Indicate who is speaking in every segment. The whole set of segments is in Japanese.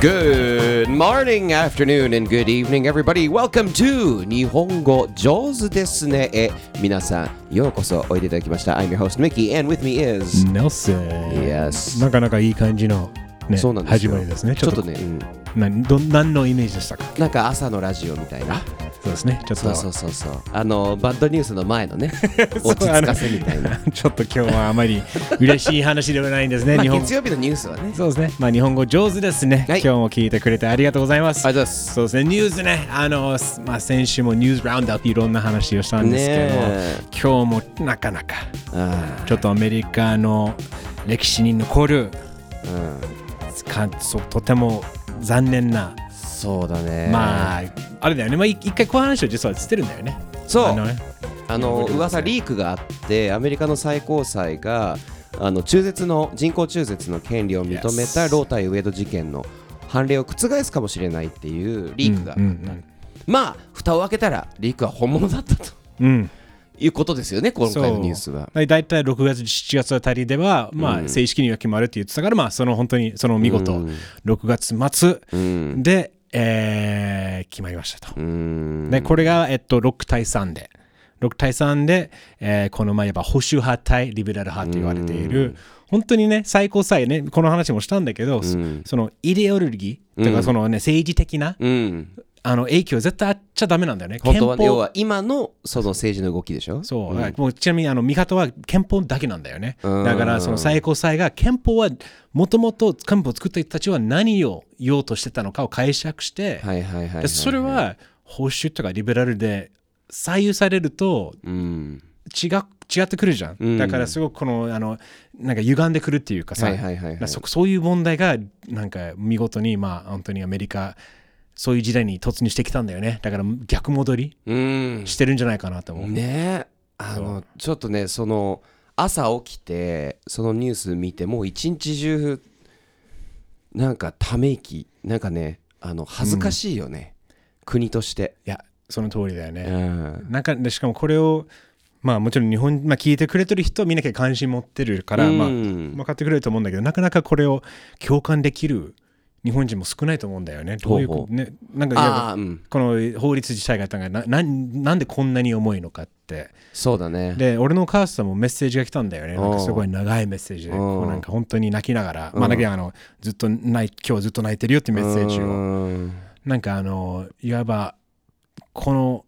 Speaker 1: Good morning, afternoon, and good evening, everybody. Welcome to 日本語上手ですねへ皆さん、ようこそおいでいただきました。I'm your host, Mickey, and with me is...
Speaker 2: Nelson。
Speaker 1: Yes.
Speaker 2: なかなかいい感じの、ね、
Speaker 1: そうなんですよ
Speaker 2: 始まりですね。
Speaker 1: ちょっとね、うん
Speaker 2: 何ど何のイメージでしたか
Speaker 1: なんか朝のラジオみたいな。
Speaker 2: そうですね。ちょっと
Speaker 1: そうそうそうそう。あの、バッドニュースの前の ね、落ち着かせみたいな。
Speaker 2: な。 ちょっと今日はあまり嬉しい話ではないんです ね。
Speaker 1: まあ、
Speaker 2: 日本
Speaker 1: 月曜日のニュースはね。
Speaker 2: そうですね。まあ日本語上手ですね、
Speaker 1: はい
Speaker 2: 今日も聞いてくれてありがとうございます。
Speaker 1: ありがとうございます
Speaker 2: そうですね。ニュースね。あの、すまあ、先週もニュースラウンドアップいろんな話をしたんですけども、
Speaker 1: ねえ
Speaker 2: 今日もなかなか
Speaker 1: あ
Speaker 2: ちょっとアメリカの歴史に残る
Speaker 1: あ、うん。
Speaker 2: かそうとても残念な、
Speaker 1: そうだね。
Speaker 2: まああれだよね、まあ、い一回この話を実はしてるんだよね
Speaker 1: そう
Speaker 2: あのね
Speaker 1: あの噂リークがあってアメリカの最高裁があの中絶の人工中絶の権利を認めた
Speaker 2: Yes
Speaker 1: ロー対ウェイド事件の判例を覆すかもしれないっていうリークがあった、
Speaker 2: うんうん
Speaker 1: まあ蓋を開けたらリークは本物だったと
Speaker 2: うん
Speaker 1: いうことですよね今
Speaker 2: そう
Speaker 1: 回のニュースは。
Speaker 2: だいたい6月7月あたりでは、まあ、正式には決まるって言ってたから、まあその本当にその見
Speaker 1: う
Speaker 2: 事、
Speaker 1: ん
Speaker 2: 6月末
Speaker 1: うん
Speaker 2: で、えー決まりましたと
Speaker 1: う、ん
Speaker 2: でこれが、えっと、6対3で6対3で、えーこの前やっぱ保守派対リベラル派と言われている、本当にね最高裁ねこの話もしたんだけど、そそのイデオルギーとかその、ね、政治的な
Speaker 1: うん、
Speaker 2: あの影響絶対あっちゃダメなんだよね
Speaker 1: 本当は
Speaker 2: 憲
Speaker 1: 要
Speaker 2: 法
Speaker 1: は今のその政治の動きでしょ
Speaker 2: そう、だからもうちなみにあの味方は憲法だけなんだよねだからその最高裁が憲法はもともと憲法を作った人たちは何を言おうとしてたのかを解釈して、
Speaker 1: はいはいはいはい、
Speaker 2: でそれは保守とかリベラルで左右されると
Speaker 1: うん、
Speaker 2: 違う違ってくるじゃん、
Speaker 1: ん
Speaker 2: だからすごくこのあのなんか歪んでくるっていうかさ、
Speaker 1: はいはいはいはい
Speaker 2: だからそそういう問題がなんか見事にまあ本当にアメリカそういう時代に突入してきたんだよねだから逆戻り
Speaker 1: うん、
Speaker 2: してるんじゃないかなと思う、
Speaker 1: ねえあのちょっとねその朝起きてそのニュース見てもう一日中なんかため息なんかねあの恥ずかしいよね、国として、
Speaker 2: いやその通りだよ
Speaker 1: う
Speaker 2: ね、
Speaker 1: ん、
Speaker 2: なんかでしかもこれをまあもちろん日本、まあ、聞いてくれてる人はみんな結構関心持ってるから、まあ
Speaker 1: うん
Speaker 2: 分かってくれると思うんだけどなかなかこれを共感できる日本人も少ないと思うんだよねどういう
Speaker 1: ほう
Speaker 2: こ
Speaker 1: ほ
Speaker 2: とねなんかいわば
Speaker 1: ああうん
Speaker 2: この法律自体がなんかななんなんでこんなに重いのかって
Speaker 1: そうだね
Speaker 2: で俺のお母さんもメッセージが来たんだよね
Speaker 1: おう
Speaker 2: なんかすごい長いメッセージで
Speaker 1: うん
Speaker 2: こうなんか本当に泣きながらまあだけどあのずっと泣い今日ずっと泣いてるよってメッセージを
Speaker 1: うん
Speaker 2: なんかあのいわばこの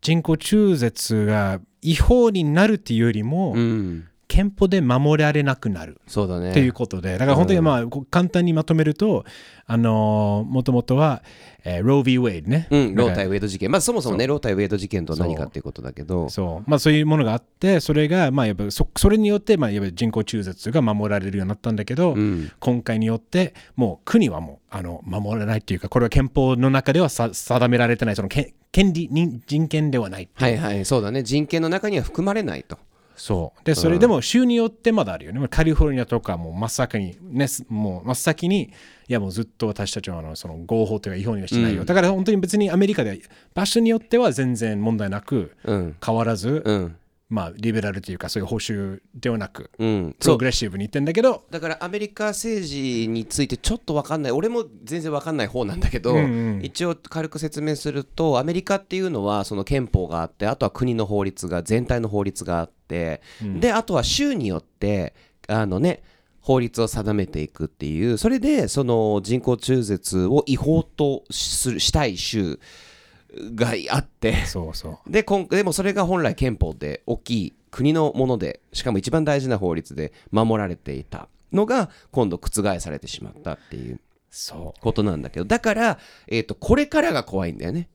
Speaker 2: 人工中絶が違法になるっていうよりも
Speaker 1: うん
Speaker 2: 憲法で守られなくなる
Speaker 1: そうだね
Speaker 2: っていうことで、だから本当にまあ、こう簡単にまとめると、あのもともとは、えー、Roe v. Wade ね。
Speaker 1: うん、ロー対
Speaker 2: ウ
Speaker 1: ウェイド事件まあそもそもねロー対ウェイド事件とは何かっていうことだけど
Speaker 2: そう。まあそういうものがあって、それが、まあやっぱそ、それによって、まあいわゆる人工中絶が守られるようになったんだけど、
Speaker 1: うん
Speaker 2: 今回によって、もう国はもう、あの、守らないっていうか、これは憲法の中ではさ定められてない、そのけ権利人、人権ではない。
Speaker 1: はいはいそうだね人権の中には含まれないと
Speaker 2: そう。で、それでも州によってまだあるよね。まあカリフォルニアとかもう真っ先に、ね、すもう真っ先に、いやもうずっと私たちはあのその合法というか違法にはしてないよ。だから本当に別にアメリカで場所によっては全然問題なく、
Speaker 1: うん
Speaker 2: 変わらず、
Speaker 1: うん
Speaker 2: まあリベラルというかそういう報酬ではなく、
Speaker 1: うん
Speaker 2: プログレッシブに言ってんだけど、
Speaker 1: だからアメリカ政治についてちょっと分かんない俺も全然分かんない方なんだけど、
Speaker 2: うんうん
Speaker 1: 一応軽く説明するとアメリカっていうのはその憲法があってあとは国の法律が全体の法律があって、であとは州によってあのね法律を定めていくっていうそれでその人工中絶を違法とするしたい州があって
Speaker 2: そうそう。
Speaker 1: で今でもそれが本来憲法で大きい国のものでしかも一番大事な法律で守られていたのが今度覆されてしまったっていう
Speaker 2: そう。
Speaker 1: ことなんだけどだから、えー、とこれからが怖いんだよね。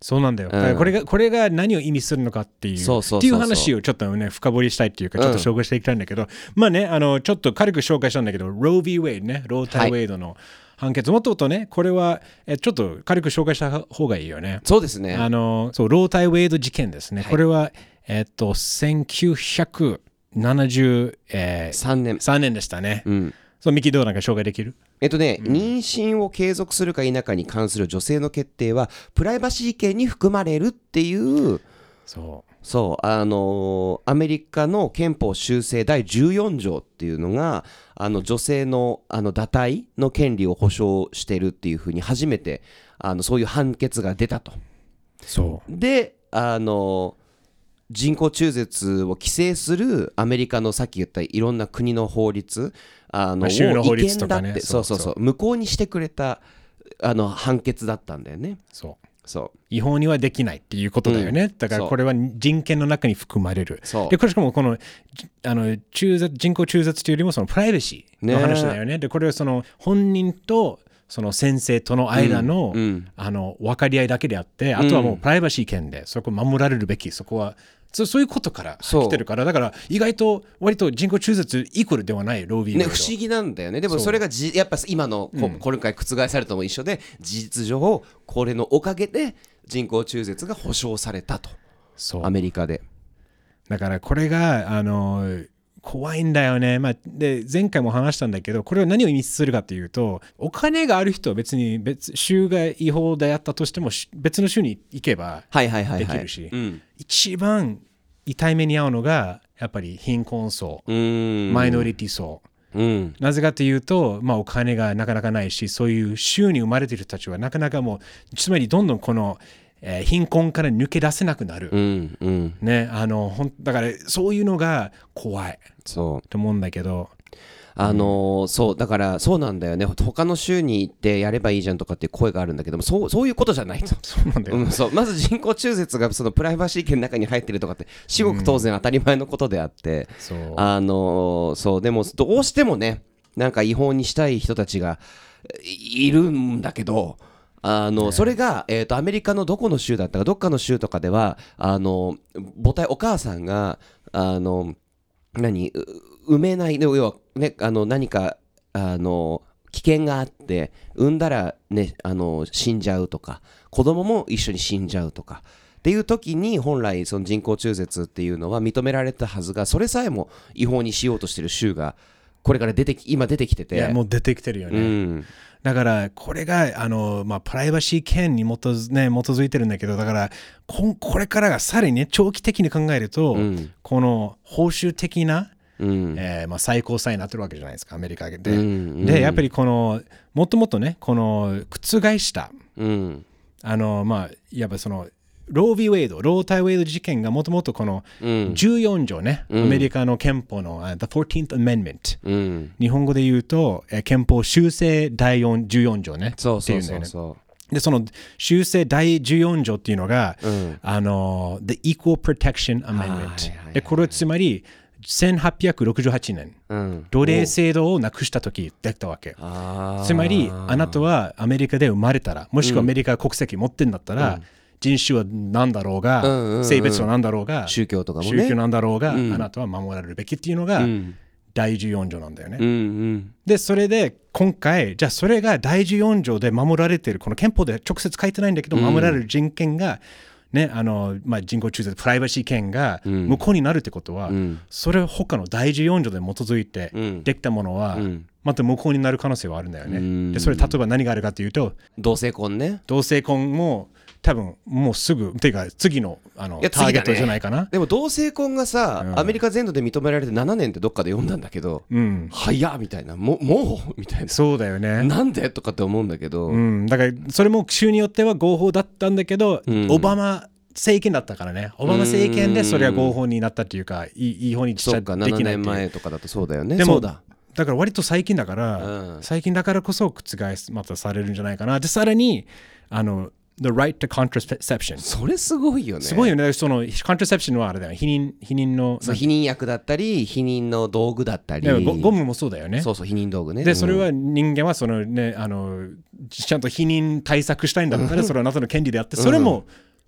Speaker 2: そうなんだよ。
Speaker 1: ん
Speaker 2: だからこれが、これが何を意味するのかっていう、
Speaker 1: そうそうそうそう
Speaker 2: っていう話をちょっとね、深掘りしたいっていうか、ちょっと紹介していきたいんだけど、まあね、あの、ちょっと軽く紹介したんだけど、ロー・ビー・ウェイドね、ロー・タイ・ウェイドの判決、もともとね、これは、えちょっと軽く紹介した方がいいよね。
Speaker 1: そうですね。
Speaker 2: あの、そう、ロー・タイ・ウェイド事件ですね。これは、えっと、1973
Speaker 1: 3年。
Speaker 2: 年でしたね。
Speaker 1: うん
Speaker 2: そう、ミキどうなんか紹介できる
Speaker 1: えっとね、妊娠を継続するか否かに関する女性の決定はプライバシー権に含まれるっていう
Speaker 2: そう。
Speaker 1: そうあのーアメリカの憲法修正第14条っていうのがあの女性のあの堕胎の権利を保障してるっていうふうに初めてあのそういう判決が出たと。
Speaker 2: そ
Speaker 1: であの人工中絶を規制するアメリカのさっき言ったいろんな国の法律あ
Speaker 2: ま
Speaker 1: の
Speaker 2: あ州の法律
Speaker 1: を違憲だ
Speaker 2: とかね
Speaker 1: って
Speaker 2: そ
Speaker 1: そうう
Speaker 2: そ
Speaker 1: そううそう無効にしてくれたあの判決だったんだよね
Speaker 2: うそう
Speaker 1: そ
Speaker 2: 違法にはできないっていうことだよね、だから
Speaker 1: そう
Speaker 2: これは人権の中に含まれる
Speaker 1: うそう
Speaker 2: でこれしかもこのじあの中絶人工中絶というよりもそのプライバシーの話だよねでこれはその本人とその先生との間の、
Speaker 1: うん
Speaker 2: あの分かり合いだけであってあとはもうプライバシー権でそこ守られるべきそこはそそういうことから
Speaker 1: そう
Speaker 2: 来てるからだから意外と割と人工中絶イコールではないロービー
Speaker 1: ね、
Speaker 2: の
Speaker 1: 不
Speaker 2: 人
Speaker 1: 思議なんだよねでも
Speaker 2: そう
Speaker 1: それがじやっぱ今のこ今回覆されたのも一緒で事実上これのおかげで人工中絶が保障されたと
Speaker 2: そう
Speaker 1: アメリカで
Speaker 2: だからこれがあの怖いんだよね、まあ、で前回も話したんだけどこれは何を意味するかというとお金がある人は別に別州が違法であったとしてもし別の州に行けば
Speaker 1: はいはいはいはい
Speaker 2: できるし
Speaker 1: うん
Speaker 2: 一番痛い目に遭うのがやっぱり貧困層
Speaker 1: うーん
Speaker 2: マイノリティ層、
Speaker 1: うん
Speaker 2: なぜかというと、まあ、お金がなかなかないしそういう州に生まれている人たちはなかなかもうつまりどんどんこの、えー貧困から抜け出せなくなる、
Speaker 1: うんうん
Speaker 2: ねあのほんだからそういうのが怖い
Speaker 1: そう
Speaker 2: と思うんだけど
Speaker 1: あのーそうだからそうなんだよね他の州に行ってやればいいじゃんとかっていう声があるんだけどもそうそういうことじゃないと。
Speaker 2: そうなんだよ、
Speaker 1: うん、そうまず人工中絶がそのプライバシー権の中に入ってるとかって至極当然当たり前のことであって、
Speaker 2: そう
Speaker 1: あのーそうでもどうしてもねなんか違法にしたい人たちがいいるんだけどあの、それが、えー、とアメリカのどこの州だったかどっかの州とかではあの母体お母さんがあの何う産めないで要は、ね、あの何かあの危険があって産んだら、ね、あの死んじゃうとか子供も一緒に死んじゃうとかっていう時に本来その人工中絶っていうのは認められたはずがそれさえも違法にしようとしてる州がこれから出てき今出てきてて
Speaker 2: いやもう出てきてるよね、
Speaker 1: うん
Speaker 2: だからこれがあの、まあ、プライバシー権に基づ,、ね、基づいてるんだけどだからここれからがさらにね長期的に考えると、
Speaker 1: うん
Speaker 2: この報酬的な、
Speaker 1: うん
Speaker 2: えーまあ、最高裁になってるわけじゃないですかアメリカで、
Speaker 1: うん
Speaker 2: でやっぱりこのもともとねこの覆した
Speaker 1: うん
Speaker 2: あのまあやっぱそのロー・ビー・ウェイドロー・タイ・ウェイド事件がもともとこの
Speaker 1: うん
Speaker 2: 14条ね、アメリカの憲法のあ The 14th Amendment
Speaker 1: うん
Speaker 2: 日本語で言うと、えー憲法修正第4 14条ね
Speaker 1: そうそう
Speaker 2: っていうんだ
Speaker 1: そ
Speaker 2: よ
Speaker 1: う
Speaker 2: ね
Speaker 1: そ
Speaker 2: でその修正第14条っていうのが、
Speaker 1: ん
Speaker 2: あの The Equal Protection
Speaker 1: はいはいは
Speaker 2: Amendment
Speaker 1: い
Speaker 2: でこれはつまり1868年
Speaker 1: ううん
Speaker 2: 奴隷制度をなくした時できたわけ
Speaker 1: あー
Speaker 2: つまりあなたはアメリカで生まれたらもしくはアメリカ国籍持ってんだったら、人種は何だろうが、
Speaker 1: うんうんうん
Speaker 2: 性別は何だろうが
Speaker 1: 宗教とかも
Speaker 2: 宗
Speaker 1: ね
Speaker 2: 教なんだろうが、
Speaker 1: うん
Speaker 2: あなたは守られるべきっていうのが、
Speaker 1: うん
Speaker 2: 第14条なんだよね。
Speaker 1: うんうん
Speaker 2: でそれで今回じゃあそれが第14条で守られているこの憲法では直接書いてないんだけど守られる人権が、ねあのまあ、人工中絶プライバシー権が
Speaker 1: うん
Speaker 2: 無効になるってことは、
Speaker 1: うん
Speaker 2: それ他の第14条で基づいて
Speaker 1: うん
Speaker 2: できたものは、
Speaker 1: うん
Speaker 2: また無効になる可能性はあるんだよね。
Speaker 1: うん
Speaker 2: でそれ例えば何があるかというと
Speaker 1: 同性婚ね
Speaker 2: 同性婚も多分もうすぐていうか次のあの
Speaker 1: いや
Speaker 2: ター
Speaker 1: 次
Speaker 2: ゲッ
Speaker 1: だ
Speaker 2: ト
Speaker 1: ね
Speaker 2: じゃないかな。
Speaker 1: でも同性婚がさ、
Speaker 2: うん
Speaker 1: アメリカ全土で認められて7年ってどっかで読んだんだけど、
Speaker 2: うん、
Speaker 1: 早っみたいなももうみたい
Speaker 2: そうだよね。
Speaker 1: ななんでとかって思うんだけど、
Speaker 2: うん、だからそれも州によっては合法だったんだけど、
Speaker 1: うん
Speaker 2: オバマ政権だったからねオバマ政権でそれは合法になったというかい違法にしち
Speaker 1: そ
Speaker 2: ゃ
Speaker 1: っか
Speaker 2: で
Speaker 1: 7
Speaker 2: きないっ
Speaker 1: 年
Speaker 2: ていう
Speaker 1: 前とかだとそうだよね
Speaker 2: でも
Speaker 1: そうだ
Speaker 2: だから割と最近だから、
Speaker 1: うん
Speaker 2: 最近だからこそ覆すまたされるんじゃないかなでさらにあの The right to contraception
Speaker 1: それすごいよね
Speaker 2: すごいよねその contraception はあれだよ避妊避妊の
Speaker 1: そう避妊薬だったり避妊の道具だったり
Speaker 2: でもゴゴムもそうだよね
Speaker 1: そうそう避妊道具ね
Speaker 2: でそれは人間はそのねあのちゃんと避妊対策したいんだったらそれはあなたの権利であってそれも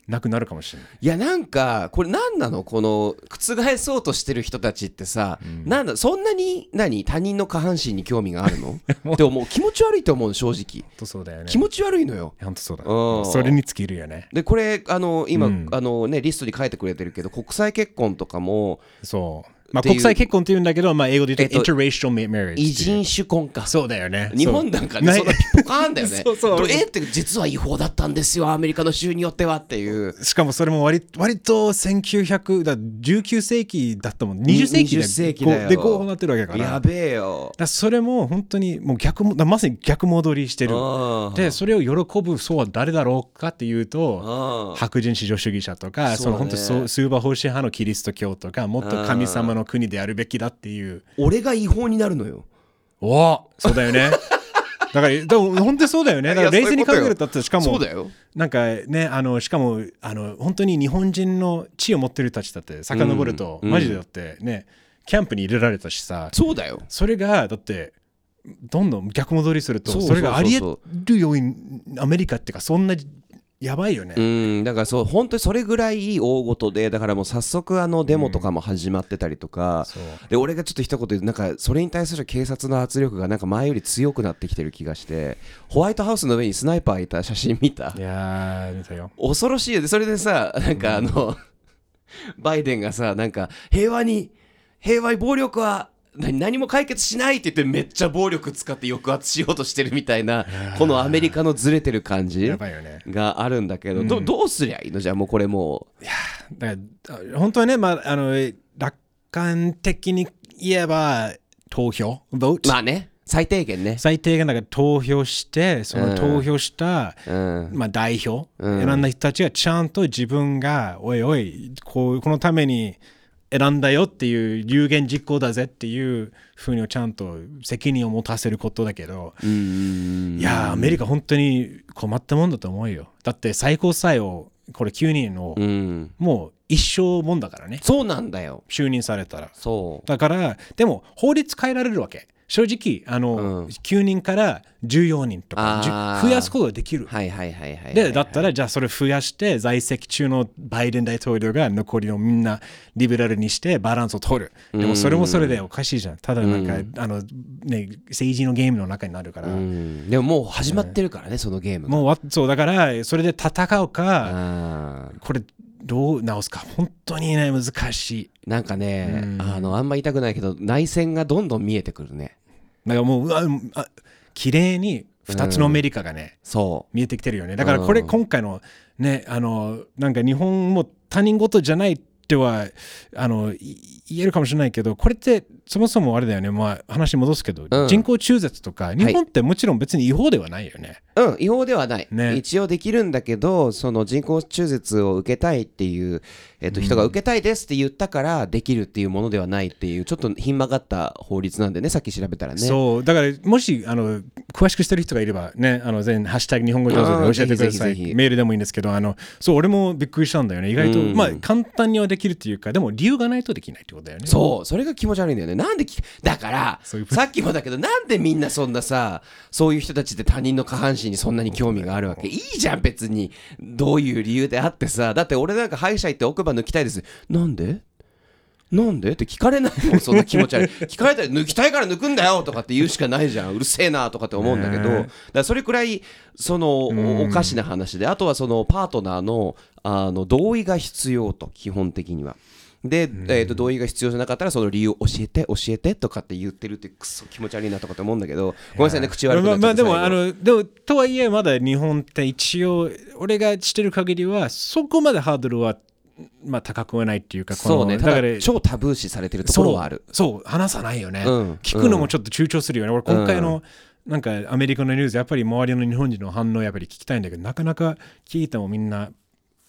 Speaker 2: なくなるかもしれない。
Speaker 1: いやなんかこれ何なのこの覆そうとしてる人たちってさ、なんだそんなに何他人の下半身に興味がある のって思う気持ち悪いと思う正直
Speaker 2: 本当そうだよね
Speaker 1: 気持ち悪いのよ
Speaker 2: 本当そうだ
Speaker 1: うん
Speaker 2: それに尽きるよね
Speaker 1: でこれあの今、
Speaker 2: うん
Speaker 1: あのね、リストに書いてくれてるけど国際結婚とかも
Speaker 2: そうまあ、
Speaker 1: っていう
Speaker 2: 国際結婚って言うんだけど、まあ、英語で言うと、
Speaker 1: えっと
Speaker 2: interracial ma- marriage っていう。
Speaker 1: 異人種婚か
Speaker 2: そうだよね。
Speaker 1: 日本なんかね
Speaker 2: ない
Speaker 1: そんなピポカーンだよね
Speaker 2: そうそう
Speaker 1: どえって実は違法だったんですよアメリカの州によってはっていう
Speaker 2: しかもそれも割割と1900だ19世紀だったもん20世紀
Speaker 1: 20
Speaker 2: で
Speaker 1: 世紀だよ
Speaker 2: こうで候補になってるわけだから
Speaker 1: や
Speaker 2: だか
Speaker 1: べえよ
Speaker 2: らそれも本当にもう逆もだからまさに逆戻りしてる
Speaker 1: あー
Speaker 2: でそれを喜ぶ層は誰だろうかっていうと
Speaker 1: あー
Speaker 2: 白人至上主義者とかそ,、
Speaker 1: そうだね
Speaker 2: の本当そうスーパー方針派のキリスト教とかもっと神様の国であるべきだっていう
Speaker 1: 俺が違法になるのよ
Speaker 2: おおそうだ よねだからでも本当にそうだよねだから
Speaker 1: いや
Speaker 2: 冷静に考
Speaker 1: そういうことよ
Speaker 2: えるとだってしかも
Speaker 1: そうだよ
Speaker 2: なんかねあのしかもあの本当に日本人の地を持ってる人たちだって遡ると、
Speaker 1: うん
Speaker 2: マジでだってねキャンプに入れられたしさ
Speaker 1: そうだよ
Speaker 2: それがだってどんどん逆戻りすると
Speaker 1: そうそう
Speaker 2: それがありえ
Speaker 1: そう
Speaker 2: る要因アメリカっていうかそんなやばいよね、
Speaker 1: うんだからそう本当にそれぐらい大ごとでだからもう早速あのデモとかも始まってたりとか、
Speaker 2: そう
Speaker 1: で俺がちょっと一言言うとなんかそれに対する警察の圧力がなんか前より強くなってきてる気がしてホワイトハウスの上にスナイパーいた写真見た
Speaker 2: いやー見たよ
Speaker 1: 恐ろしいよねそれでさなんかあの、バイデンがさなんか平和に平和に暴力は何何も解決しないって言ってめっちゃ暴力使って抑圧しようとしてるみたいなこのアメリカのずれてる感じ
Speaker 2: やばいよね
Speaker 1: があるんだけど、どどうすりゃいいのじゃあもうこれもう
Speaker 2: だから本当はね、まあ、あの楽観的に言えば投票 vote、
Speaker 1: まあね最低限ね
Speaker 2: 最低限だから投票してその投票した、
Speaker 1: うん
Speaker 2: まあ、代表、選んだ人たちがちゃんと自分が、おいおいこう、このために選んだよっていう有言実行だぜっていうふうにちゃんと責任を持たせることだけど、
Speaker 1: うん
Speaker 2: いやー、アメリカ、本当に困ったもんだと思うよ。だって最高裁を、これ9人を、
Speaker 1: うん
Speaker 2: もう一生もんだからね、
Speaker 1: そうなんだよ
Speaker 2: 就任されたら。
Speaker 1: そう
Speaker 2: だから、でも法律変えられるわけ。正直、あ
Speaker 1: う
Speaker 2: の、
Speaker 1: ん
Speaker 2: 9人から14人とか
Speaker 1: あ、ー
Speaker 2: じゅ増やすことができる。
Speaker 1: はいはいはいはいはい
Speaker 2: でだったらじゃあそれ増やして在籍中のバイデン大統領が残りのみんなリベラルにしてバランスを取るでもそれもそれでおかしいじゃんただなんか、あのね政治のゲームの中になるから、
Speaker 1: うんでももう始まってるからね、そのゲームが
Speaker 2: もうわそうだからそれで戦うか
Speaker 1: あー
Speaker 2: これどう直すか本当にね難しい
Speaker 1: なんかね、
Speaker 2: うん
Speaker 1: あのあんま言いたくないけど内戦がどんどん見えてくるね
Speaker 2: だからもううわうんあ綺麗に2つのアメリカがね、
Speaker 1: そ
Speaker 2: 見えてきてるよねだからこれ
Speaker 1: うん
Speaker 2: 今回のねあのなんか日本も他人事じゃないってはあのい言えるかもしれないけどこれってそもそもあれだよねまあ話戻すけど、
Speaker 1: うん
Speaker 2: 人工中絶とか日本ってもちろん別に違法ではないよね、
Speaker 1: ううん違法ではない、
Speaker 2: ね
Speaker 1: 一応できるんだけどその人工中絶を受けたいっていう、えっと、人が受けたいですって言ったからできるっていうものではないっていうちょっとひん曲がった法律なんでねさっき調べたらね
Speaker 2: そうだからもしあの詳しくしてる人がいればねあの全ハッシュタグ日本語上手で教えてくださ
Speaker 1: うんぜひぜひぜ
Speaker 2: い
Speaker 1: ひ
Speaker 2: メールでもいいんですけどあのそう俺もびっくりしたんだよね意外と、
Speaker 1: うん
Speaker 2: まあ簡単にはできるっていうかでも理由がないとできないってことだよね
Speaker 1: そうそれが気持ち悪いんだよねなんできだから
Speaker 2: そういう
Speaker 1: さっきもだけどなんでみんなそんなさそういう人たちって他人の下半身にそんなに興味があるわけいいじゃん別にどういう理由であってさだって俺なんか歯医者行って奥歯抜きたいですなんでなんでって聞かれないもんそんな気持ち悪い 聞かれたら抜きたいから抜くんだよとかって言うしかないじゃんうるせえなとかって思うんだけどだからそれくらいそのおおかしな話であとはそのパートナーのあの同意が必要と基本的には。で、えー、と同意が必要じゃなかったらその理由を教えて教えてとかって言ってるってクソ気持ち悪いなとかって思うんだけどごめんなさいね口悪く
Speaker 2: ま
Speaker 1: な
Speaker 2: あ
Speaker 1: っちゃ
Speaker 2: ま
Speaker 1: っ
Speaker 2: あ
Speaker 1: て最後
Speaker 2: でもあのでもとはいえまだ日本って一応俺がしてる限りはそこまでハードルはまあ高くはないっていうかこの
Speaker 1: そうねた
Speaker 2: だ
Speaker 1: だ
Speaker 2: から
Speaker 1: 超タブー視されてるところはある
Speaker 2: そうそう話さないよね、
Speaker 1: うん
Speaker 2: 聞くのもちょっと躊躇するよね俺今回の、なんかアメリカのニュースやっぱり周りの日本人の反応やっぱり聞きたいんだけどなかなか聞いてもみんな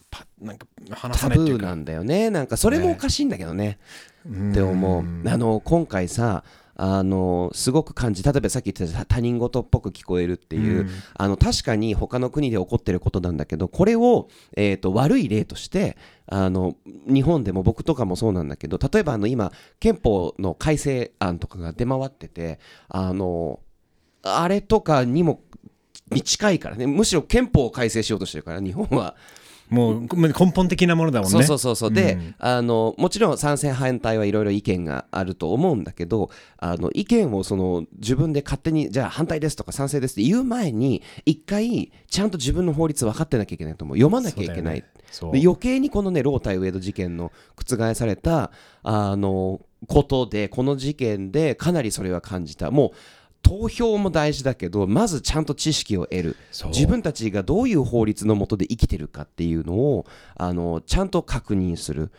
Speaker 2: パなんか話
Speaker 1: タ
Speaker 2: さない
Speaker 1: ブ
Speaker 2: っていう
Speaker 1: ー
Speaker 2: か
Speaker 1: なんだよねなんかそれもおかしいんだけどねって思うあの今回さあのすごく感じ例えばさっき言ってた他人事っぽく聞こえるっていう、あの確かに他の国で起こってることなんだけどこれを、えー、と悪い例としてあの日本でも僕とかもそうなんだけど例えばあの今憲法の改正案とかが出回っててあのあれとかにもに近いからねむしろ憲法を改正しようとしてるから日本は。
Speaker 2: もう根本的なものだもんね
Speaker 1: そうそうそうそうで、
Speaker 2: うん
Speaker 1: あのもちろん賛成反対はいろいろ意見があると思うんだけどあの意見をその自分で勝手にじゃあ反対ですとか賛成ですって言う前に一回ちゃんと自分の法律分かってなきゃいけないと思う読まなきゃいけない、
Speaker 2: そうだよねそう
Speaker 1: で余計にこのねロータイウェイド事件の覆されたあのことでこの事件でかなりそれは感じたもう投票も大事だけどまずちゃんと知識を得る
Speaker 2: そう
Speaker 1: 自分たちがどういう法律の下で生きてるかっていうのをあのちゃんと確認する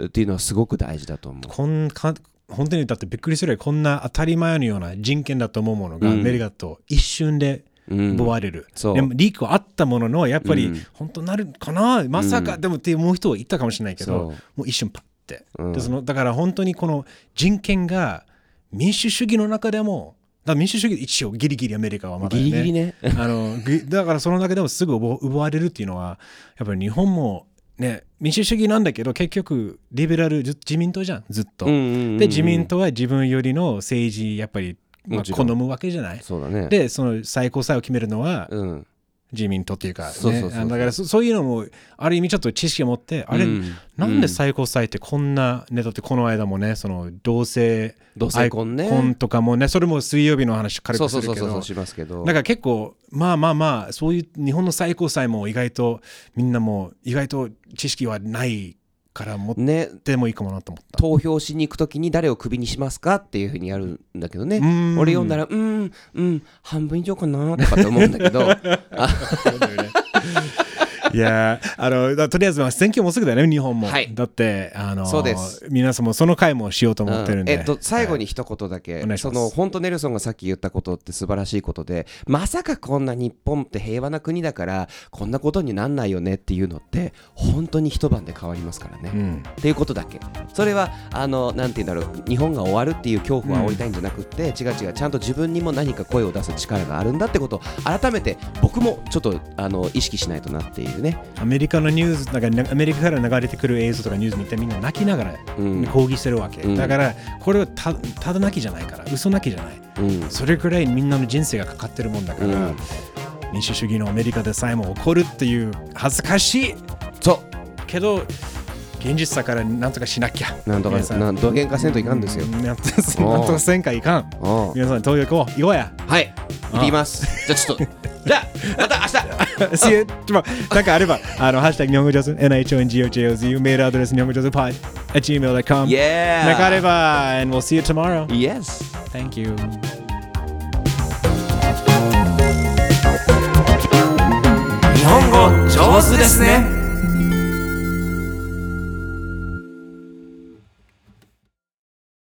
Speaker 1: っていうのはすごく大事だと思う。
Speaker 2: こんか本当にだってびっくりするよこんな当たり前のような人権だと思うものがアメリカと一瞬で
Speaker 1: うん
Speaker 2: 奪われる、
Speaker 1: そう
Speaker 2: でもリークはあったもののやっぱ
Speaker 1: う
Speaker 2: り
Speaker 1: ん
Speaker 2: 本当なるかな、まさかでもって思う人はいたかもしれないけど
Speaker 1: そう
Speaker 2: もう一瞬パッて、
Speaker 1: うん
Speaker 2: でそのだから本当にこの人権が民主主義の中でもだから民主主義一応ギリギリアメリカはまだ、ね、
Speaker 1: ギリギリね。
Speaker 2: あのぐだからその中でもすぐ奪奪われるっていうのはやっぱり日本もね民主主義なんだけど結局リベラルず自民党じゃんずっと。
Speaker 1: うんうんうんうん
Speaker 2: で自民党は自分よりの政治やっぱり、まあ
Speaker 1: もち
Speaker 2: 好
Speaker 1: ろん
Speaker 2: むわけじゃない。
Speaker 1: そうだね。
Speaker 2: でその最高裁を決めるのは
Speaker 1: うん、
Speaker 2: 自民党っていうか、ね、
Speaker 1: そうそうそうそう
Speaker 2: あのだからそそういうのもある意味ちょっと知識を持ってあれ、
Speaker 1: うん
Speaker 2: なんで最高裁ってこんなねだってこの間もねその同性
Speaker 1: 同性婚ね
Speaker 2: アイコンとかもねそれも水曜日の話軽
Speaker 1: そう
Speaker 2: く
Speaker 1: そう
Speaker 2: す
Speaker 1: そ
Speaker 2: る
Speaker 1: う
Speaker 2: け
Speaker 1: そうそ
Speaker 2: ど
Speaker 1: うしますけど。
Speaker 2: だから結構まあまあまあそういう日本の最高裁も意外とみんなもう意外と知識はないから持っ
Speaker 1: ね
Speaker 2: てもいいかもなと思った。
Speaker 1: 投票しに行くときに誰をクビにしますかっていうふうにやるんだけどね
Speaker 2: うん
Speaker 1: 俺読んだらうーんうん半分以上かなとかって思うんだけど
Speaker 2: いやーあのだとりあえずまあ選挙もうすぐだよね日本も、
Speaker 1: はい
Speaker 2: だってあの
Speaker 1: そうです
Speaker 2: 皆さんもその回もしようと思ってるんで、
Speaker 1: うんえっと、最後に一言だけ、
Speaker 2: お願いしま
Speaker 1: その
Speaker 2: す
Speaker 1: 本当ネルソンがさっき言ったことって素晴らしいことでまさかこんな日本って平和な国だからこんなことになんないよねっていうのって本当に一晩で変わりますからね。
Speaker 2: うん
Speaker 1: っていうことだけそれはあのなんて言うんだろう日本が終わるっていう恐怖を煽りたいんじゃなくって、違う違うちゃんと自分にも何か声を出す力があるんだってことを改めて僕もちょっとあの意識しないとなっているね、
Speaker 2: アメリカのニュースなんかなアメリカから流れてくる映像とかニュース見てみんな泣きながら
Speaker 1: うん
Speaker 2: 抗議してるわけ、
Speaker 1: うん
Speaker 2: だからこれはたただなきじゃないから嘘なきじゃない
Speaker 1: うん、
Speaker 2: それくらいみんなの人生がかかってるもんだから、
Speaker 1: うん
Speaker 2: 民主主義のアメリカでさえも起こるっていう恥ずかしい
Speaker 1: そ
Speaker 2: けど現実さからなんとかしなきゃ
Speaker 1: うなんとか
Speaker 2: 皆さん
Speaker 1: なんどげんかせんといかんですよ、
Speaker 2: なんとかせんなんとかせんかいかん
Speaker 1: うん
Speaker 2: 皆さん東京行こう行こ うや
Speaker 1: はい行ってきます じゃあちょっとじゃあまた明日
Speaker 2: See you ちょっとなんかあればあのハッシュタグ日本語上手 NHONGOJOZU メールアドレス日本語上手 pod at gmail.com
Speaker 1: Yeah
Speaker 2: なんかあれば and we'll see you tomorrow
Speaker 1: Yes
Speaker 2: thank you
Speaker 3: Nihongo 上手ですね